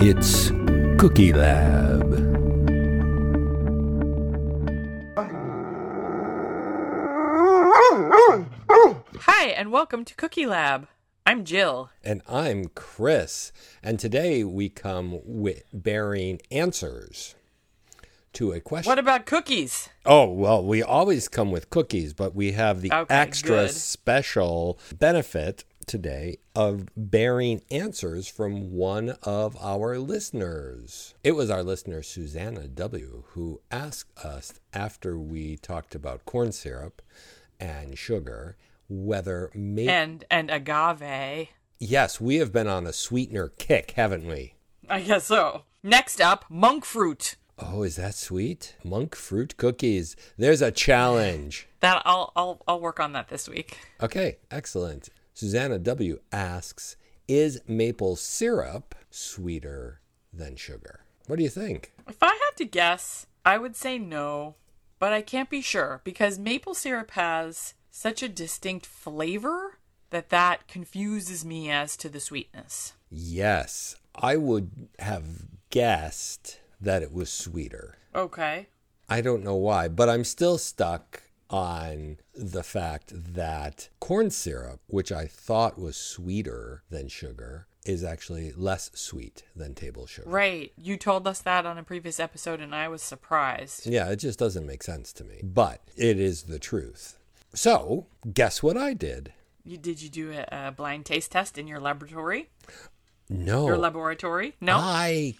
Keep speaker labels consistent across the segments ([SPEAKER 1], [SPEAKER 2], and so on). [SPEAKER 1] It's Cookie Lab.
[SPEAKER 2] Hi, and welcome to Cookie Lab. I'm Jill.
[SPEAKER 3] And I'm Chris. And today we come with bearing answers to a question.
[SPEAKER 2] What about cookies?
[SPEAKER 3] oh, well, we always come with cookies, but we have the
[SPEAKER 2] Okay,
[SPEAKER 3] extra
[SPEAKER 2] good.
[SPEAKER 3] special benefit today of bearing answers from one of our listeners. It was our listener, Susanna W., who asked us after we talked about corn syrup and sugar whether maybe.
[SPEAKER 2] And and agave.
[SPEAKER 3] Yes, we have been on a sweetener kick, haven't we?
[SPEAKER 2] I guess so. Next up, monk fruit.
[SPEAKER 3] Oh, is that sweet? Monk fruit cookies. There's a challenge.
[SPEAKER 2] That I'll I'll I'll work on that this week.
[SPEAKER 3] Okay, excellent. Susanna W asks Is maple syrup sweeter than sugar? What do you think?
[SPEAKER 2] If I had to guess, I would say no, but I can't be sure because maple syrup has such a distinct flavor that that confuses me as to the sweetness.
[SPEAKER 3] Yes, I would have guessed that it was sweeter.
[SPEAKER 2] Okay.
[SPEAKER 3] I don't know why, but I'm still stuck on the fact that corn syrup, which I thought was sweeter than sugar, is actually less sweet than table sugar.
[SPEAKER 2] Right. You told us that on a previous episode and I was surprised.
[SPEAKER 3] Yeah, it just doesn't make sense to me, but it is the truth. So, guess what I did?
[SPEAKER 2] You did you do a, a blind taste test in your laboratory?
[SPEAKER 3] No.
[SPEAKER 2] Your laboratory? No.
[SPEAKER 3] I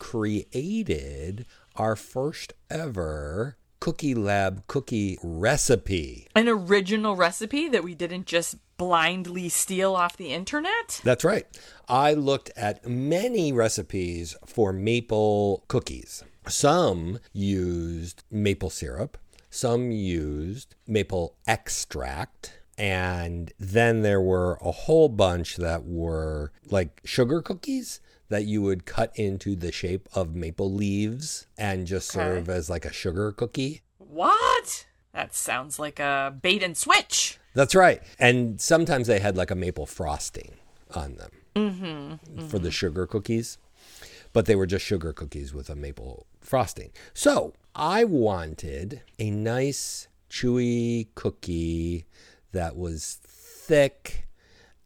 [SPEAKER 3] created our first ever Cookie Lab cookie recipe.
[SPEAKER 2] an original recipe that we didn't just blindly steal off the internet?
[SPEAKER 3] That's right. I looked at many recipes for maple cookies. Some used maple syrup, some used maple extract, and then there were a whole bunch that were like sugar cookies that you would cut into the shape of maple leaves and just
[SPEAKER 2] Okay.
[SPEAKER 3] serve as like a sugar cookie.
[SPEAKER 2] What? That sounds like a bait and switch.
[SPEAKER 3] That's right. And sometimes they had like a maple frosting on them for the sugar cookies, but they were just sugar cookies with a maple frosting. So I wanted a nice, chewy cookie that was thick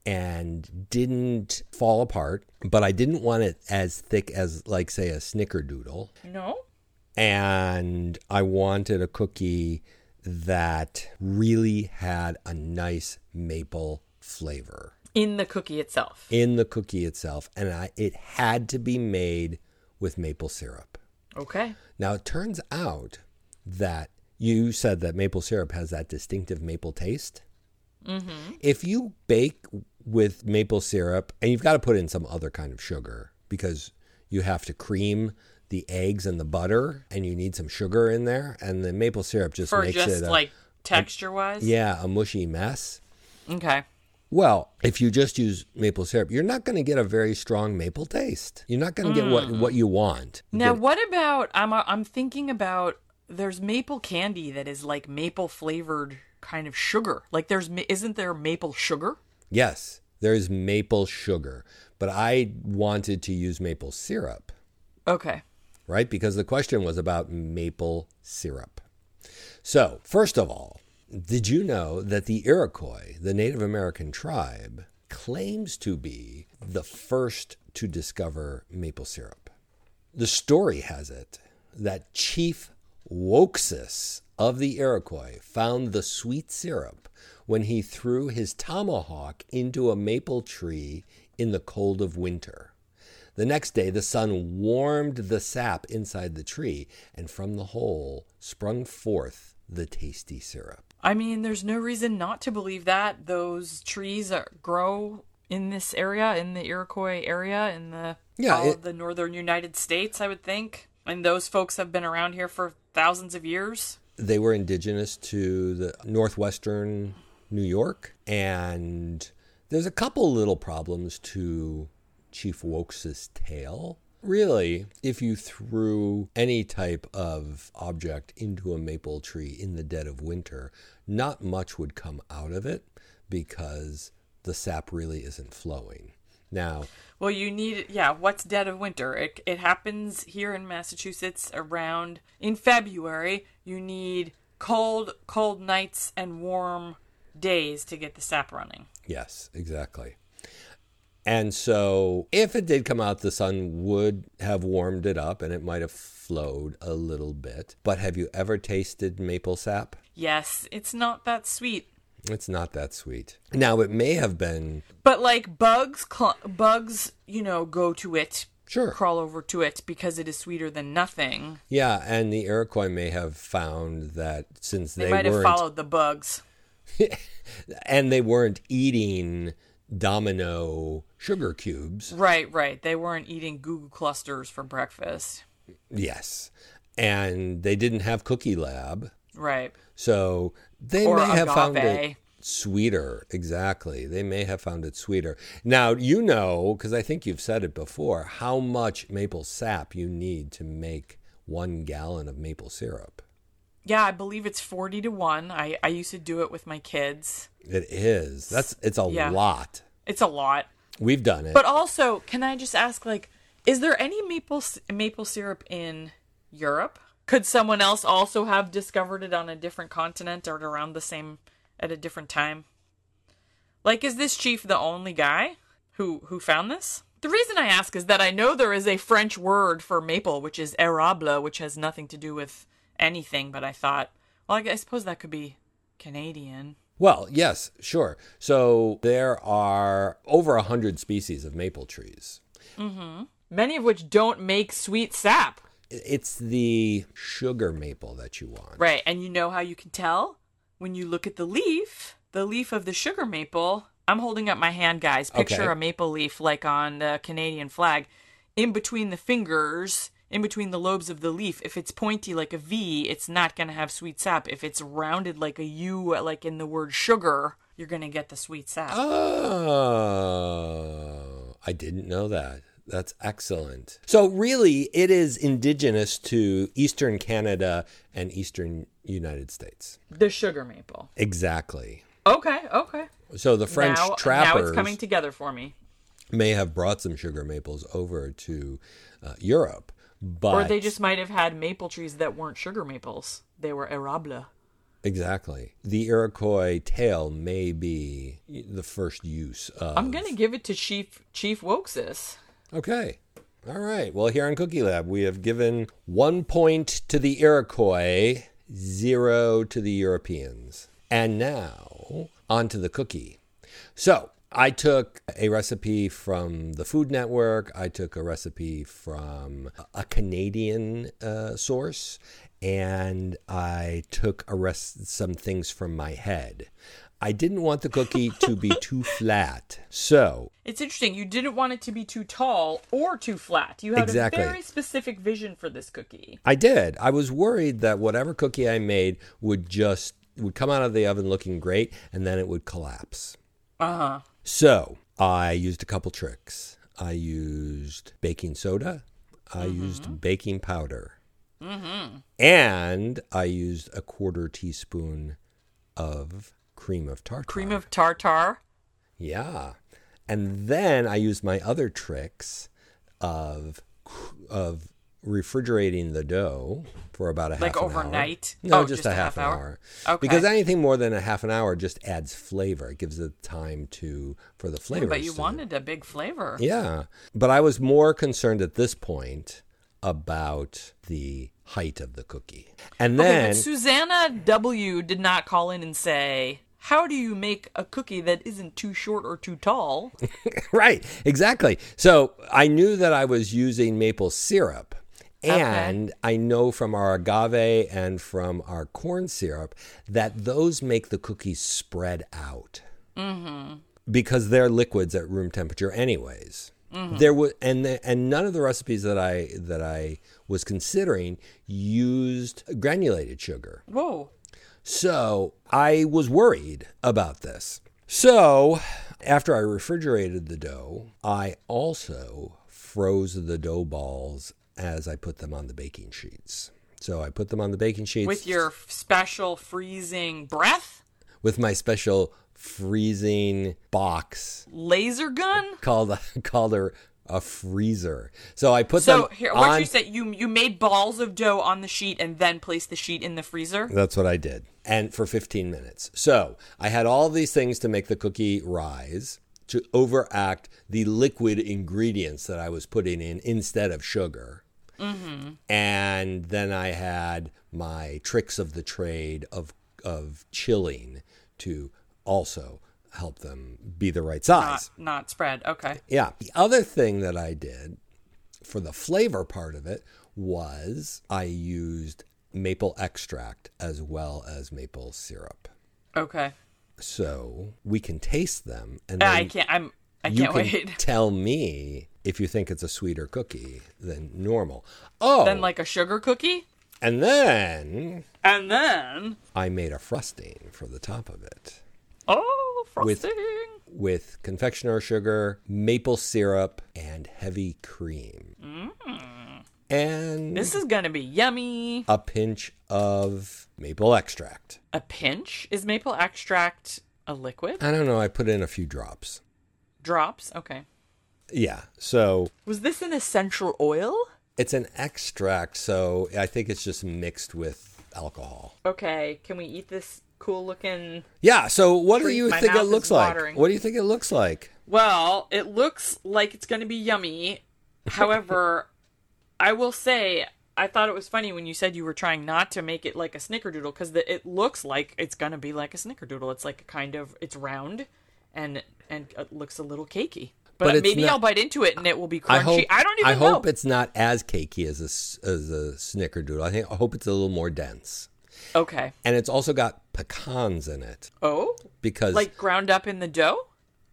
[SPEAKER 3] and didn't fall apart, but I didn't want it as thick as, like, say, a snickerdoodle
[SPEAKER 2] No?
[SPEAKER 3] and I wanted a cookie that really had a nice maple flavor
[SPEAKER 2] In the cookie itself.
[SPEAKER 3] in the cookie itself, and I, it had to be made with maple syrup.
[SPEAKER 2] Okay.
[SPEAKER 3] Now it turns out that you said that maple syrup has that distinctive maple taste.
[SPEAKER 2] Mm-hmm.
[SPEAKER 3] If you bake with maple syrup, and you've got to put in some other kind of sugar because you have to cream the eggs and the butter, and you need some sugar in there, and the maple syrup just
[SPEAKER 2] For
[SPEAKER 3] makes
[SPEAKER 2] just
[SPEAKER 3] it a,
[SPEAKER 2] like texture wise?
[SPEAKER 3] yeah a mushy mess.
[SPEAKER 2] Okay.
[SPEAKER 3] Well, if you just use maple syrup, you're not going to get a very strong maple taste. You're not going to get what
[SPEAKER 2] Mm.
[SPEAKER 3] what you want.
[SPEAKER 2] Now, what about? I'm uh, I'm thinking about. There's maple candy that is like maple flavored kind of sugar. Like there's ma- isn't there maple sugar?
[SPEAKER 3] Yes, there is maple sugar, but I wanted to use maple syrup,
[SPEAKER 2] Okay.
[SPEAKER 3] right? Because the question was about maple syrup. So, first of all, did you know that the Iroquois, the Native American tribe, claims to be the first to discover maple syrup? The story has it that Chief Woksus of the Iroquois found the sweet syrup when he threw his tomahawk into a maple tree in the cold of winter. The next day, the sun warmed the sap inside the tree, and from the hole sprung forth the tasty syrup.
[SPEAKER 2] I mean, there's no reason not to believe that those trees are, grow in this area, in the Iroquois area, in the
[SPEAKER 3] Yeah,
[SPEAKER 2] all
[SPEAKER 3] it-
[SPEAKER 2] of the northern United States, I would think. And those folks have been around here for thousands of years.
[SPEAKER 3] They were indigenous to the northwestern New York, and there's a couple little problems to Chief Wokes' tale. Really, if you threw any type of object into a maple tree in the dead of winter, not much would come out of it because the sap really isn't flowing. Now,
[SPEAKER 2] Well, you need yeah. What's dead of winter? It it happens here in Massachusetts around in February. You need cold cold nights and warm days to get the sap running.
[SPEAKER 3] yes, exactly. And so, if it did come out, the sun would have warmed it up and it might have flowed a little bit. But have you ever tasted maple sap?
[SPEAKER 2] Yes, it's not that sweet,
[SPEAKER 3] It's not that sweet. Now, it may have been,
[SPEAKER 2] but like bugs, cl- bugs, you know, go to it,
[SPEAKER 3] sure.
[SPEAKER 2] crawl over to it because it is sweeter than nothing.
[SPEAKER 3] Yeah, and the Iroquois may have found that since
[SPEAKER 2] They,
[SPEAKER 3] they,
[SPEAKER 2] might have
[SPEAKER 3] weren't
[SPEAKER 2] followed the bugs.
[SPEAKER 3] and they weren't eating domino sugar cubes.
[SPEAKER 2] Right, right. They weren't eating goo clusters for breakfast.
[SPEAKER 3] Yes. And they didn't have cookie lab.
[SPEAKER 2] Right.
[SPEAKER 3] So they
[SPEAKER 2] Or
[SPEAKER 3] may have found it
[SPEAKER 2] agave.
[SPEAKER 3] sweeter. Exactly. They may have found it sweeter. Now, you know, because I think you've said it before, how much maple sap you need to make one gallon of maple syrup.
[SPEAKER 2] Yeah, I believe it's 40 to 1. I, I used to do it with my kids.
[SPEAKER 3] It is. That's it's a
[SPEAKER 2] Yeah.
[SPEAKER 3] lot.
[SPEAKER 2] It's a lot.
[SPEAKER 3] We've done it.
[SPEAKER 2] But also, can I just ask like is there any maple s- maple syrup in Europe? Could someone else also have discovered it on a different continent or at around the same at a different time? Like is this chief the only guy who who found this? The reason I ask is that I know there is a French word for maple which is érable, which has nothing to do with anything, but I thought, well I gu- I suppose that could be Canadian.
[SPEAKER 3] Well, yes, sure. So there are over a hundred species of maple trees.
[SPEAKER 2] Many of which don't make sweet sap.
[SPEAKER 3] I- It's the sugar maple that you want.
[SPEAKER 2] Right, and you know how you can tell when you look at the leaf, the leaf of the sugar maple. I'm holding up my hand, guys. Picture
[SPEAKER 3] Okay.
[SPEAKER 2] a maple leaf like on the Canadian flag. In between the fingers, in between the lobes of the leaf, if it's pointy like a V, it's not going to have sweet sap. If it's rounded like a U, like in the word sugar, you're going to get the sweet sap.
[SPEAKER 3] Oh, I didn't know that. That's excellent. So really, it is indigenous to eastern Canada and eastern United States.
[SPEAKER 2] The sugar maple.
[SPEAKER 3] Exactly.
[SPEAKER 2] Okay, okay.
[SPEAKER 3] So the French
[SPEAKER 2] now, now
[SPEAKER 3] trappers
[SPEAKER 2] it's coming together for me.
[SPEAKER 3] may have brought some sugar maples over to uh, Europe, but
[SPEAKER 2] Or they just might have had maple trees that weren't sugar maples. They were arable.
[SPEAKER 3] Exactly. The Iroquois tale may be the first use of.
[SPEAKER 2] I'm gonna give it to Chief Chief Woksis.
[SPEAKER 3] Okay. All right. Well, here on Cookie Lab, we have given one point to the Iroquois, zero to the Europeans. And now, on to the cookie. So, I took a recipe from the Food Network. I took a recipe from a Canadian uh, source, and I took a rest- some things from my head. I didn't want the cookie to be too flat, so
[SPEAKER 2] It's interesting. You didn't want it to be too tall or too flat. You had
[SPEAKER 3] Exactly.
[SPEAKER 2] a very specific vision for this cookie.
[SPEAKER 3] I did. I was worried that whatever cookie I made would just would come out of the oven looking great and then it would collapse.
[SPEAKER 2] Uh huh.
[SPEAKER 3] So, I used a couple tricks. I used baking soda. I
[SPEAKER 2] Mm-hmm.
[SPEAKER 3] used baking powder. And I used a quarter teaspoon of cream of tartar.
[SPEAKER 2] Cream of tartar.
[SPEAKER 3] Yeah. And then I used my other tricks of of refrigerating the dough for about a
[SPEAKER 2] Like
[SPEAKER 3] half an hour.
[SPEAKER 2] overnight?
[SPEAKER 3] No,
[SPEAKER 2] Oh,
[SPEAKER 3] just, a, half, an hour.
[SPEAKER 2] Okay.
[SPEAKER 3] Because anything more than a half an hour just adds flavor. It gives it time to for the flavor.
[SPEAKER 2] But you wanted a big flavor.
[SPEAKER 3] Yeah. But I was more concerned at this point about the height of the cookie. And
[SPEAKER 2] Okay,
[SPEAKER 3] then
[SPEAKER 2] but Susanna W. did not call in and say, "How do you make a cookie that isn't too short or too tall?"
[SPEAKER 3] right, exactly. So I knew that I was using maple syrup. And I know from our agave and from our corn syrup that those make the cookies spread out because they're liquids at room temperature, anyways. There was and the, and none of the recipes that I that I was considering used granulated sugar.
[SPEAKER 2] Whoa.
[SPEAKER 3] So I was worried about this. So after I refrigerated the dough, I also froze the dough balls as I put them on the baking sheets. So I put them on the baking sheets
[SPEAKER 2] With your special freezing breath.
[SPEAKER 3] with my special freezing box
[SPEAKER 2] Laser gun?
[SPEAKER 3] called called a, a freezer. So I put
[SPEAKER 2] So
[SPEAKER 3] them
[SPEAKER 2] here, what
[SPEAKER 3] on.
[SPEAKER 2] would you say? You you made balls of dough on the sheet and then placed the sheet in the freezer.
[SPEAKER 3] That's what I did. And for 15 minutes. So I had all these things to make the cookie rise to overact the liquid ingredients that I was putting in instead of sugar. And then I had my tricks of the trade of, of chilling to also help them be the right size.
[SPEAKER 2] Not, not spread. Okay.
[SPEAKER 3] Yeah. The other thing that I did for the flavor part of it was I used maple extract as well as maple syrup.
[SPEAKER 2] Okay.
[SPEAKER 3] So we can taste them and
[SPEAKER 2] Ah,
[SPEAKER 3] then
[SPEAKER 2] I can't. I'm. I
[SPEAKER 3] you
[SPEAKER 2] can't
[SPEAKER 3] can
[SPEAKER 2] wait.
[SPEAKER 3] tell me if you think it's a sweeter cookie than normal. Oh,
[SPEAKER 2] Then like a sugar cookie,
[SPEAKER 3] and then
[SPEAKER 2] and then
[SPEAKER 3] I made a frosting for the top of it.
[SPEAKER 2] oh
[SPEAKER 3] With-
[SPEAKER 2] frosting.
[SPEAKER 3] with confectioner sugar, maple syrup, and heavy cream. And
[SPEAKER 2] Mm. This is gonna be yummy.
[SPEAKER 3] a pinch of maple extract.
[SPEAKER 2] A pinch is maple extract a liquid?
[SPEAKER 3] I don't know, I put in a few drops.
[SPEAKER 2] Drops. Okay.
[SPEAKER 3] Yeah, so
[SPEAKER 2] Was this an essential oil?
[SPEAKER 3] it's an extract, so I think it's just mixed with alcohol.
[SPEAKER 2] Okay. Can we eat this cool looking?
[SPEAKER 3] Yeah, so what do
[SPEAKER 2] Freak,
[SPEAKER 3] you
[SPEAKER 2] my
[SPEAKER 3] think it
[SPEAKER 2] mouth is
[SPEAKER 3] looks like?
[SPEAKER 2] watering.
[SPEAKER 3] What do you think it looks like?
[SPEAKER 2] Well, it looks like it's going to be yummy. However, I will say I thought it was funny when you said you were trying not to make it like a snickerdoodle because it looks like it's going to be like a snickerdoodle. It's like a kind of it's round and and it looks a little cakey. But,
[SPEAKER 3] But it's
[SPEAKER 2] maybe
[SPEAKER 3] not-
[SPEAKER 2] I'll bite into it and it will be crunchy.
[SPEAKER 3] I hope
[SPEAKER 2] I don't even
[SPEAKER 3] I
[SPEAKER 2] know.
[SPEAKER 3] hope it's not as cakey as a, s- as a snickerdoodle. I think I hope it's a little more dense.
[SPEAKER 2] okay.
[SPEAKER 3] And it's also got pecans in it
[SPEAKER 2] Oh,
[SPEAKER 3] because
[SPEAKER 2] like ground up in the dough.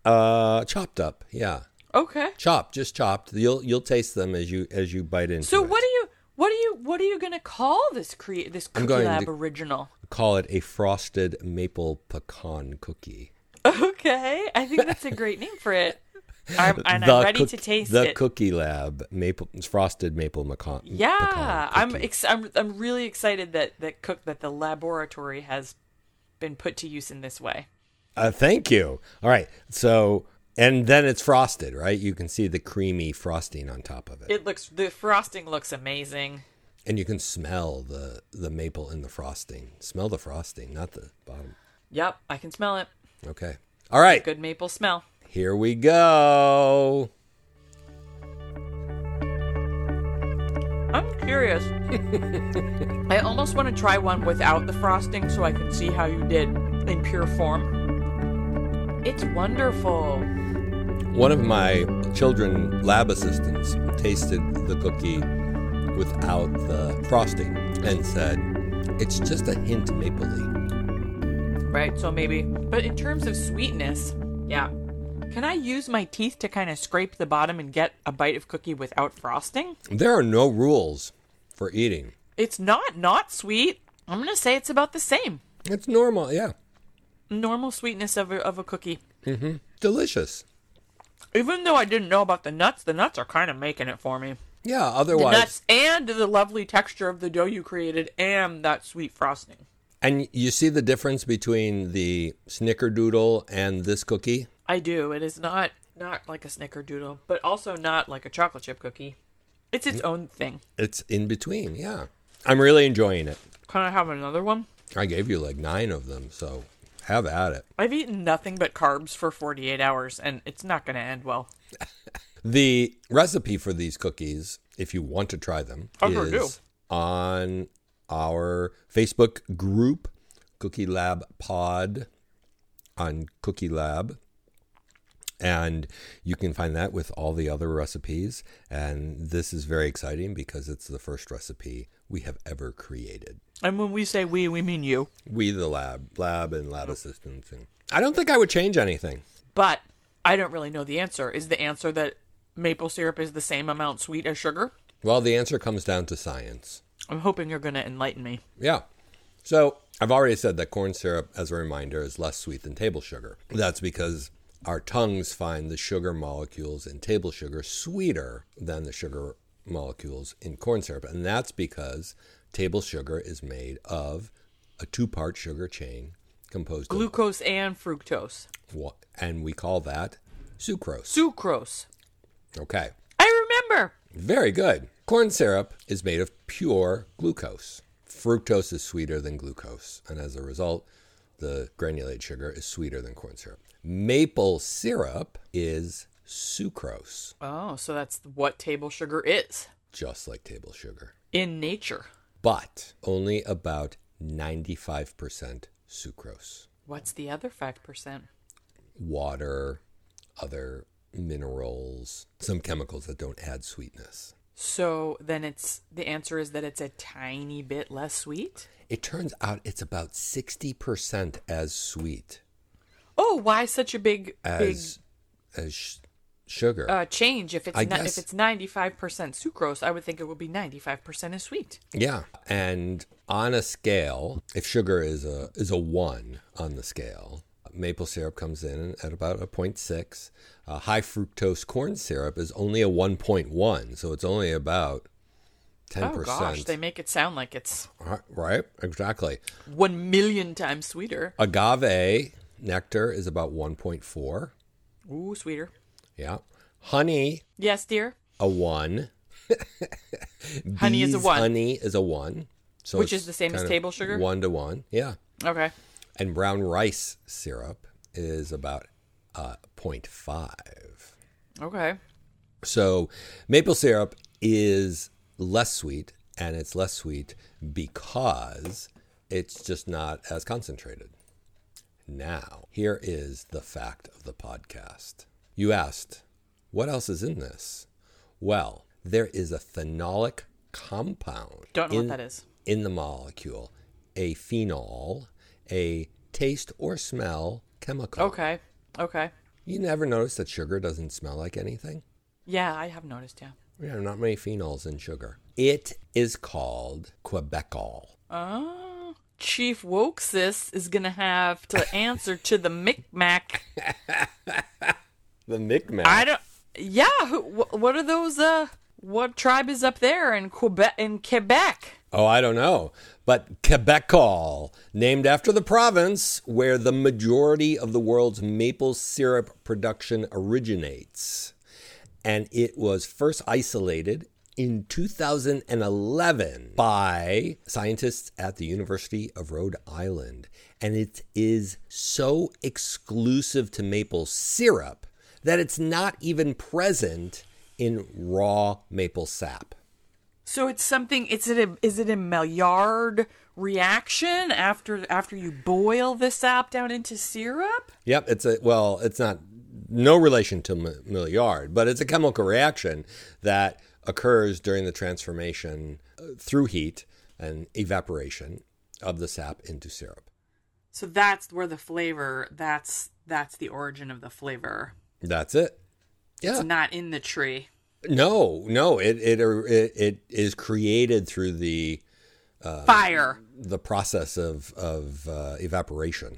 [SPEAKER 3] uh chopped up. Yeah.
[SPEAKER 2] Okay.
[SPEAKER 3] Chopped, just chopped. You'll you'll taste them as you as you bite into
[SPEAKER 2] So
[SPEAKER 3] it.
[SPEAKER 2] what do you what do you what are you going to call this create this cookie
[SPEAKER 3] going
[SPEAKER 2] lab
[SPEAKER 3] to-
[SPEAKER 2] original?
[SPEAKER 3] call it a frosted maple pecan cookie.
[SPEAKER 2] Okay, I think that's a great name for it. I'm, and I'm ready to
[SPEAKER 3] cook-
[SPEAKER 2] taste
[SPEAKER 3] the
[SPEAKER 2] it.
[SPEAKER 3] Cookie Lab maple frosted maple maca- pecan.
[SPEAKER 2] yeah, I'm,
[SPEAKER 3] cookie.
[SPEAKER 2] ex- I'm I'm really excited that that cook that the laboratory has been put to use in this way.
[SPEAKER 3] Uh, thank you. All right, so and then it's frosted, right? You can see the creamy frosting on top of it,
[SPEAKER 2] It looks the frosting looks amazing.
[SPEAKER 3] and you can smell the the maple in the frosting. Smell the frosting, not the bottom.
[SPEAKER 2] Yep, I can smell it.
[SPEAKER 3] Okay. All right,
[SPEAKER 2] Good maple smell.
[SPEAKER 3] here we go.
[SPEAKER 2] I'm curious. I almost want to try one without the frosting so I can see how you did in pure form. It's wonderful.
[SPEAKER 3] One of my children lab assistants tasted the cookie without the frosting and said, it's just a hint mapley.
[SPEAKER 2] right? So maybe. But in terms of sweetness, yeah. Can I use my teeth to kind of scrape the bottom and get a bite of cookie without frosting?
[SPEAKER 3] There are no rules for eating.
[SPEAKER 2] It's not not sweet. I'm going to say it's about the same.
[SPEAKER 3] It's normal, yeah.
[SPEAKER 2] Normal sweetness of a, of a cookie.
[SPEAKER 3] Delicious.
[SPEAKER 2] Even though I didn't know about the nuts, the nuts are kind of making it for me.
[SPEAKER 3] Yeah,
[SPEAKER 2] The
[SPEAKER 3] otherwise.
[SPEAKER 2] nuts and the lovely texture of the dough you created and that sweet frosting.
[SPEAKER 3] And you see the difference between the snickerdoodle and this cookie?
[SPEAKER 2] I do. It is not not like a snickerdoodle, but also not like a chocolate chip cookie. It's its own thing.
[SPEAKER 3] It's in between, yeah. I'm really enjoying it.
[SPEAKER 2] Can I have another one?
[SPEAKER 3] I gave you like nine of them, so have at it.
[SPEAKER 2] I've eaten nothing but carbs for 48 hours, and it's not going to end well.
[SPEAKER 3] The recipe for these cookies, if you want to try them,
[SPEAKER 2] I sure
[SPEAKER 3] is
[SPEAKER 2] do.
[SPEAKER 3] on our Facebook group, Cookie Lab Pod, on Cookie Lab. And you can find that with all the other recipes. And this is very exciting because it's the first recipe we have ever created.
[SPEAKER 2] And when we say we, we mean you.
[SPEAKER 3] We, the lab, lab and lab assistants. And I don't think I would change anything.
[SPEAKER 2] But I don't really know the answer. Is the answer that maple syrup is the same amount sweet as sugar?
[SPEAKER 3] Well, the answer comes down to science.
[SPEAKER 2] I'm hoping you're going to enlighten me.
[SPEAKER 3] Yeah. So I've already said that corn syrup, as a reminder, is less sweet than table sugar. That's because our tongues find the sugar molecules in table sugar sweeter than the sugar molecules in corn syrup. And that's because table sugar is made of a two part sugar chain composed of
[SPEAKER 2] Glucose and fructose.
[SPEAKER 3] what? And we call that sucrose.
[SPEAKER 2] Sucrose.
[SPEAKER 3] Okay.
[SPEAKER 2] I remember.
[SPEAKER 3] Very good. Corn syrup is made of pure glucose. Fructose is sweeter than glucose, and as a result, the granulated sugar is sweeter than corn syrup. Maple syrup is sucrose,
[SPEAKER 2] Oh, so that's what table sugar is
[SPEAKER 3] just like table sugar,
[SPEAKER 2] in nature.
[SPEAKER 3] but only about 95% sucrose.
[SPEAKER 2] What's the other 5%?
[SPEAKER 3] Water, other minerals, some chemicals that don't add sweetness.
[SPEAKER 2] So then it's the answer is that it's a tiny bit less sweet.
[SPEAKER 3] It turns out it's about 60% as sweet.
[SPEAKER 2] Oh, why such a big
[SPEAKER 3] as as sh- sugar.
[SPEAKER 2] big uh, change if it's
[SPEAKER 3] I
[SPEAKER 2] ni-
[SPEAKER 3] guess-
[SPEAKER 2] if it's 95% sucrose, I would think it would be 95% as sweet.
[SPEAKER 3] yeah, and on a scale, if sugar is a is a one on the scale, maple syrup comes in at about a 0.6. Uh, high fructose corn syrup is only a 1.1, so it's only about 10%.
[SPEAKER 2] Oh gosh, they make it sound like it's
[SPEAKER 3] Right- right? Exactly.
[SPEAKER 2] 1 million times sweeter.
[SPEAKER 3] Agave nectar is about 1.4.
[SPEAKER 2] Ooh, sweeter.
[SPEAKER 3] Yeah. Honey,
[SPEAKER 2] Yes, dear.
[SPEAKER 3] a 1.
[SPEAKER 2] Honey is a
[SPEAKER 3] Bees'
[SPEAKER 2] one.
[SPEAKER 3] Honey is a 1. So
[SPEAKER 2] Which
[SPEAKER 3] it's
[SPEAKER 2] is the same as
[SPEAKER 3] kind of
[SPEAKER 2] table sugar?
[SPEAKER 3] 1 to 1. Yeah.
[SPEAKER 2] Okay.
[SPEAKER 3] And brown rice syrup is about uh, 0.5.
[SPEAKER 2] Okay.
[SPEAKER 3] So maple syrup is less sweet, and it's less sweet because it's just not as concentrated. Now, here is the fact of the podcast. You asked, what else is in this? Well, there is a phenolic compound.
[SPEAKER 2] Don't know
[SPEAKER 3] in-
[SPEAKER 2] what that is.
[SPEAKER 3] in the molecule a phenol, a taste or smell chemical.
[SPEAKER 2] Okay. Okay.
[SPEAKER 3] You never notice that sugar doesn't smell like anything?
[SPEAKER 2] Yeah, I have noticed, yeah.
[SPEAKER 3] There are not many phenols in sugar. It is called Quebecol.
[SPEAKER 2] Oh, Chief Wokesis is going to have to answer to the Micmac.
[SPEAKER 3] The Micmac.
[SPEAKER 2] I don't. Yeah, who, wh- what are those? Uh, what tribe is up there in Quebec? In Quebec?
[SPEAKER 3] oh, I don't know. But Quebecol, named after the province where the majority of the world's maple syrup production originates. and it was first isolated in 2011 by scientists at the University of Rhode Island. And it is so exclusive to maple syrup that it's not even present in raw maple sap.
[SPEAKER 2] So it's something. It's it. A, is it a Maillard reaction after after you boil the sap down into syrup?
[SPEAKER 3] Yep, it's a well, it's not no relation to m- Milliard, but it's a chemical reaction that occurs during the transformation uh, through heat and evaporation of the sap into syrup.
[SPEAKER 2] So that's where the flavor. That's that's the origin of the flavor.
[SPEAKER 3] That's it. Yeah.
[SPEAKER 2] It's not in the tree.
[SPEAKER 3] no, no, it it er- it, it is created through the
[SPEAKER 2] Fire.
[SPEAKER 3] the process of of uh, evaporation.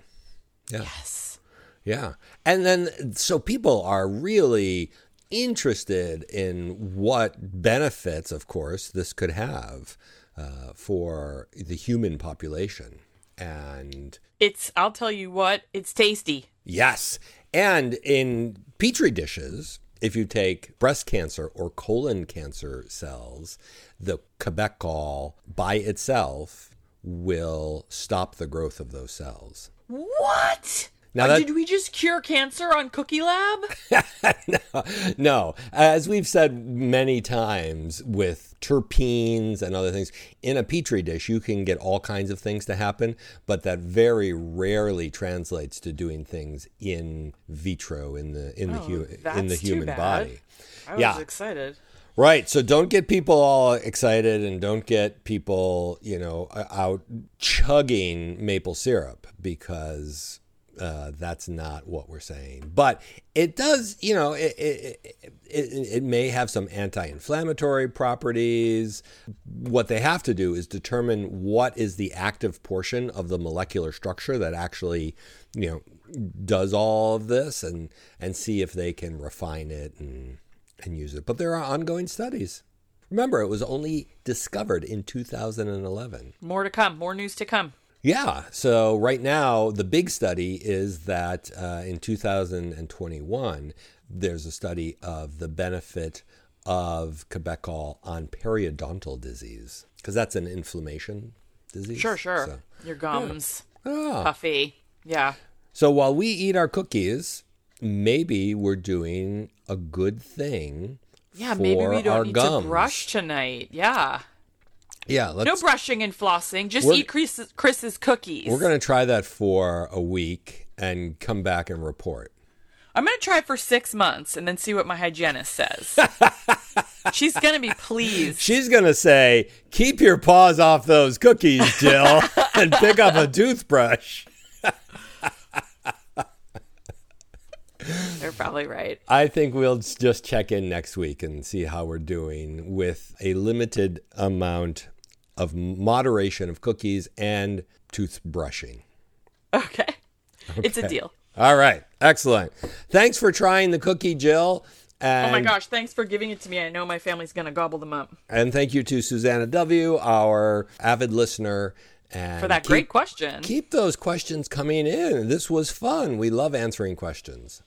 [SPEAKER 2] Yes.
[SPEAKER 3] Yeah. And then so people are really interested in what benefits, of course, this could have uh, for the human population. And
[SPEAKER 2] It's. I'll tell you what. It's tasty.
[SPEAKER 3] yes. And in petri dishes, if you take breast cancer or colon cancer cells, the Quebecol by itself will stop the growth of those cells.
[SPEAKER 2] What?
[SPEAKER 3] Now
[SPEAKER 2] Uh,
[SPEAKER 3] that-
[SPEAKER 2] did we just cure cancer on Cookie Lab?
[SPEAKER 3] no, as we've said many times with terpenes and other things, in a petri dish, you can get all kinds of things to happen, but that very rarely translates to doing things in vitro in the in the hu- in the
[SPEAKER 2] Oh, that's too
[SPEAKER 3] human
[SPEAKER 2] bad.
[SPEAKER 3] body.
[SPEAKER 2] I
[SPEAKER 3] Yeah.
[SPEAKER 2] excited.
[SPEAKER 3] Right. So don't get people all excited and don't get people, you know, uh, out chugging maple syrup because uh, that's not what we're saying. But it does, you know, it, it, it, it, it may have some anti inflammatory properties. What they have to do is determine what is the active portion of the molecular structure that actually, you know, does all of this and, and see if they can refine it and and use it. But there are ongoing studies. Remember, it was only discovered in 2011.
[SPEAKER 2] More to come. More news to come.
[SPEAKER 3] Yeah. So right now, the big study is that uh, in 2021, there's a study of the benefit of Quebecol on periodontal disease because that's an inflammation disease.
[SPEAKER 2] Sure, sure.
[SPEAKER 3] So-
[SPEAKER 2] Your gums,
[SPEAKER 3] Ah.
[SPEAKER 2] puffy. Yeah.
[SPEAKER 3] So while we eat our cookies, maybe we're doing a good thing.
[SPEAKER 2] Yeah, maybe
[SPEAKER 3] for
[SPEAKER 2] we
[SPEAKER 3] our
[SPEAKER 2] don't need
[SPEAKER 3] gums.
[SPEAKER 2] to brush tonight. Yeah.
[SPEAKER 3] Yeah,
[SPEAKER 2] No
[SPEAKER 3] let's.
[SPEAKER 2] brushing and flossing. Just
[SPEAKER 3] We're-
[SPEAKER 2] eat Chris's, Chris's cookies.
[SPEAKER 3] we're gonna try that for a week and come back and report.
[SPEAKER 2] I'm going to try for six months and then see what my hygienist says. She's going to be pleased.
[SPEAKER 3] She's gonna say, "Keep your paws off those cookies, Jill, and pick up a toothbrush."
[SPEAKER 2] They're probably right.
[SPEAKER 3] I think we'll just check in next week and see how we're doing with a limited amount of moderation of cookies and toothbrushing.
[SPEAKER 2] Okay. It's a deal.
[SPEAKER 3] All right. Excellent. Thanks for trying the cookie, Jill. And,
[SPEAKER 2] Oh my gosh, thanks for giving it to me. I know my family's going to gobble them up.
[SPEAKER 3] And thank you to Susanna W., our avid listener. And
[SPEAKER 2] For that
[SPEAKER 3] keep,
[SPEAKER 2] great question.
[SPEAKER 3] Keep those questions coming in. This was fun. We love answering questions.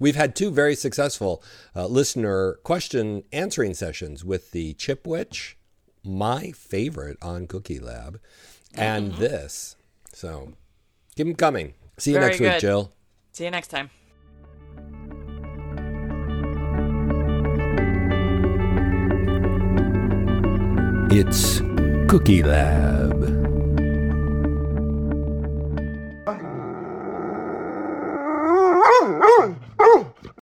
[SPEAKER 3] We've had two very successful uh, listener question answering sessions with the Chip Witch, my favorite on Cookie Lab, and
[SPEAKER 2] Mm-hmm.
[SPEAKER 3] this. So keep them coming. See you
[SPEAKER 2] Very
[SPEAKER 3] next
[SPEAKER 2] good.
[SPEAKER 3] week, Jill.
[SPEAKER 2] See you next time.
[SPEAKER 1] It's Cookie Lab.